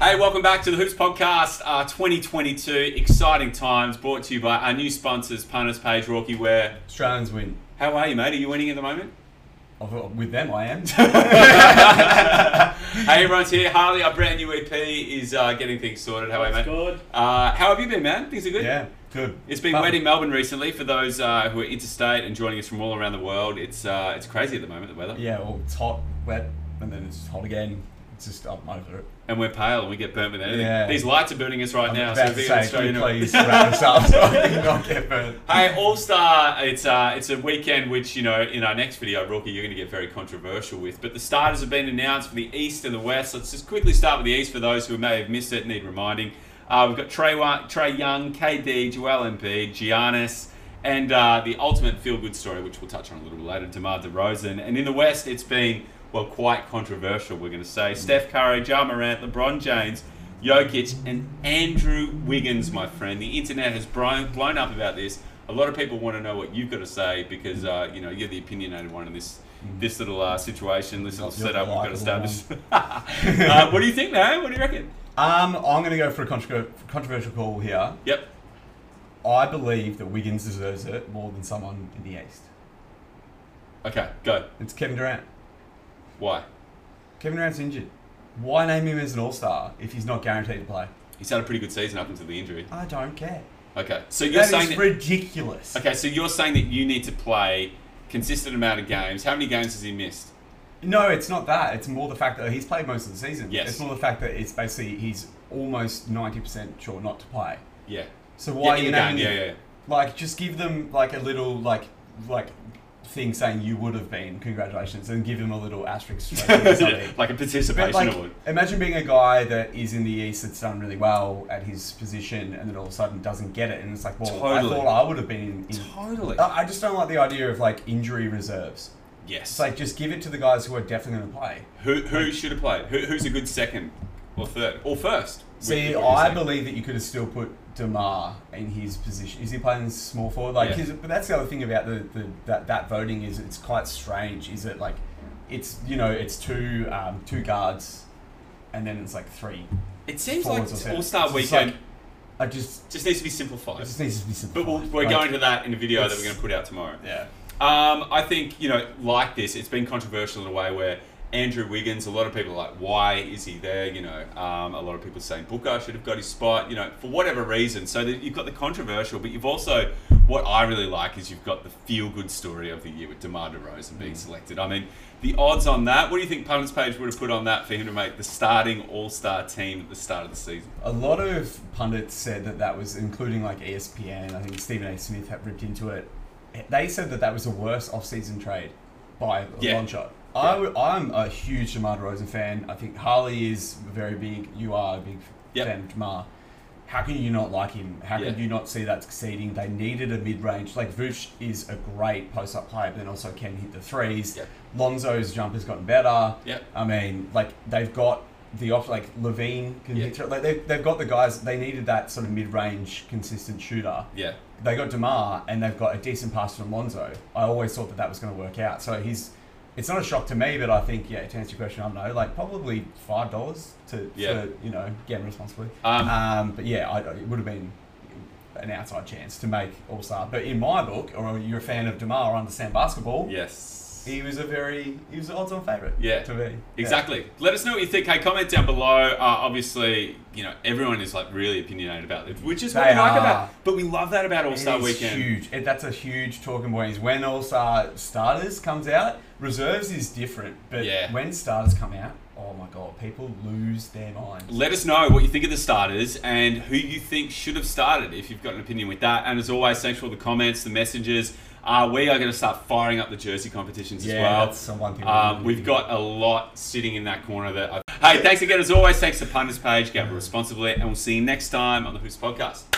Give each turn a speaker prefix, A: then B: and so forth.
A: Hey, welcome back to the Hoops Podcast uh, 2022. Exciting times brought to you by our new sponsors, Punters Page, Rocky Ware.
B: Australians win.
A: How are you, mate? Are you winning at the moment?
B: Of- With them, I am.
A: Hey, everyone's here. Harley, our brand new EP is uh, getting things sorted. How are you, mate?
C: That's good.
A: Uh, how have you been, man? Things are good?
B: yeah, good.
A: It's been
B: But-
A: wet in Melbourne recently for those uh, who are interstate and joining us from all around the world. It's uh, it's crazy at the moment, the weather.
B: Yeah, well, it's hot, wet, and then it's hot again. It's just I'm over it.
A: And we're pale and we get burnt with anything.
B: Yeah.
A: These lights are burning us right
B: I'm
A: now.
B: about
A: so
B: to
A: if you're
B: say, can
A: Australian-
B: you please wrap this up so I can not get burnt.
A: Hey, All Star, it's uh, it's a weekend which, you know, in our next video, Rookie, you're going to get very controversial with. But the starters have been announced for the East and the West. Let's just quickly start with the East for those who may have missed it, need reminding. Uh, we've got Trey, Wa- Trey Young, KD, Joel Embiid, Giannis, and uh, the ultimate feel good story, which we'll touch on a little bit later, DeMar DeRozan. And in the West, it's been, well, quite controversial, we're going to
B: Mm.
A: say. Steph Curry, Ja Morant, LeBron James. Jokic and Andrew Wiggins, my friend. The internet has blown, blown up about this. A lot of people want to know what you've got to say because uh, you know you're the opinionated one in this this little uh, situation, this little
B: Not Mm. the
A: setup we've got to
B: likable
A: establish. uh, what do you think, man? What do you reckon?
B: Um, I'm going to go for a contro- controversial call here.
A: Yep.
B: I believe that Wiggins deserves it more than someone in the East.
A: Okay, go.
B: It's Kevin Durant.
A: Why?
B: Kevin Durant's injured. Why name him as an All Star if he's not guaranteed to play?
A: He's had a pretty good season up until the injury.
B: I don't care.
A: Okay, so you're
B: That
A: saying
B: is
A: that,
B: ridiculous.
A: okay, so you're saying that you need to play consistent amount of games. How many games has he missed?
B: No, it's not that. It's more the fact that he's played most of the season.
A: Yes.
B: It's more the fact that it's basically he's almost ninety percent sure not to play.
A: Yeah.
B: So
A: yeah, in
B: why are you
A: the game,
B: naming
A: yeah,
B: him?
A: yeah, yeah.
B: Like, just give them like a little like like thing saying you would have been congratulations, and give him a little asterisk. straight or something.
A: like a participation
B: But, like,
A: award.
B: imagine being a guy that is in the East that's done really well at his position, and then all of a sudden doesn't get it, and it's like, well,
A: Totally.
B: I thought I would have been. In, in
A: Totally.
B: I I just don't like the idea of like injury reserves.
A: yes.
B: It's like just give it to the guys who are definitely going to play.
A: Who, who should have played? Who, who's a good second or third or first?
B: See,
A: With- with
B: I
A: second.
B: believe that you could have still put Demar in his position. Is he playing small forward? Like,
A: Yeah.
B: is it- but that's the other thing about the, the that, that voting is it's quite strange. Is it like, it's you know it's two um, two guards, and then it's like three.
A: It seems
B: forwards or
A: like
B: centers.
A: All Star
B: It's just
A: Weekend
B: like- I just
A: just needs to be
B: it
A: simplified.
B: just needs to be
A: but
B: simplified.
A: we'll, we're
B: Like,
A: going to that in a video that
B: It's-
A: we're going to put out tomorrow.
B: yeah.
A: Um, I think you know, like this, it's been controversial in a way where Andrew Wiggins, a lot of people are like, why is he there? You know, um, a lot of people saying Booker should have got his spot. You know, for whatever reason. So that you've got the controversial, but you've also what I really like is you've got the feel good story of the year with Demar Derozan being selected. I mean, the odds on that. What do you think Punters Page would have put on that for him to make the starting All Star team at the start of the season?
B: A lot of pundits said that that was, including like E ESPN, I think Stephen A. Smith had ripped into it. They said that that was the worst off-season trade by a
A: Yeah.
B: long shot.
A: Yeah.
B: I w- I'm a huge DeMar DeRozan fan. I think Harley is very big. You are a big
A: Yep.
B: fan of DeMar. How can you not like him? How
A: Yeah.
B: can you not see that succeeding? They needed a mid-range. Like, Vooch is a great post-up player, but then also can hit the threes.
A: Yep.
B: Lonzo's jump has gotten better.
A: Yep.
B: I mean, like they've got the off like Levine can
A: Yeah.
B: hit through. Like they've, they've got the guys. They needed that sort of mid-range consistent shooter.
A: Yeah.
B: They got Demar and they've got a decent pass from Lonzo. I always thought that that was going to work out. So he's. It's not a shock to me, but I think yeah. To answer your question, I don't know. Like probably five dollars to
A: Yeah.
B: for, you know again responsibly.
A: Um,
B: Um, but yeah, I, it would have been an outside chance to make All Star. But in my book, or you're a fan of Demar, I understand basketball.
A: yes.
B: He was a very he was an odds on favourite.
A: Yeah.
B: To me.
A: Exactly. Let us know what you think. Hey, comment down below. Uh, obviously, you know everyone is like really opinionated about this, which is what
B: They
A: we like
B: are.
A: about. But we love that about All
B: It
A: Star
B: is
A: Weekend.
B: Huge. It- That's a huge talking point. Is when All Star starters comes out. Reserves is different, but
A: Yeah.
B: when starters come out, oh my god, people lose their minds.
A: Let us know what you think of the starters and who you think should have started if you've got an opinion with that. And as always, thanks for all the comments, the messages. Uh, we are going to start firing up the jersey competitions as
B: Yeah,
A: well.
B: that's the one thing. we
A: Um,
B: really
A: we've
B: do.
A: got a lot sitting in that corner. That I- hey, thanks again as always. Thanks to Punters Page, Gamble responsibly, and we'll see you next time on the Who's Podcast.